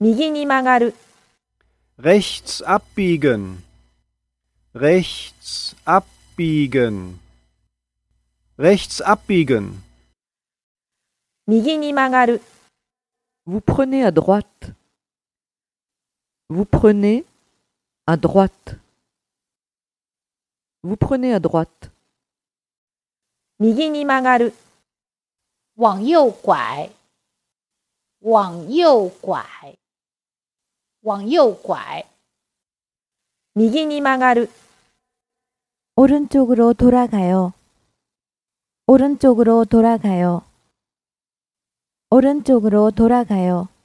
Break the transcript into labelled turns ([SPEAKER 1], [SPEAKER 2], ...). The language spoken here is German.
[SPEAKER 1] 右に曲がる、
[SPEAKER 2] Rechts abbiegen. Rechts abbiegen. Rechts abbiegen.
[SPEAKER 1] 右に曲がる、
[SPEAKER 3] Vous prenez à droite. Vous prenez à droite. Vous prenez à droite.
[SPEAKER 1] 右に曲がる、
[SPEAKER 4] 往右拐，往右拐，往右拐，
[SPEAKER 1] 右に曲がる、
[SPEAKER 5] 오른쪽으로 돌아가요. 오른쪽으로 돌아가요. 오른쪽으로 돌아가요.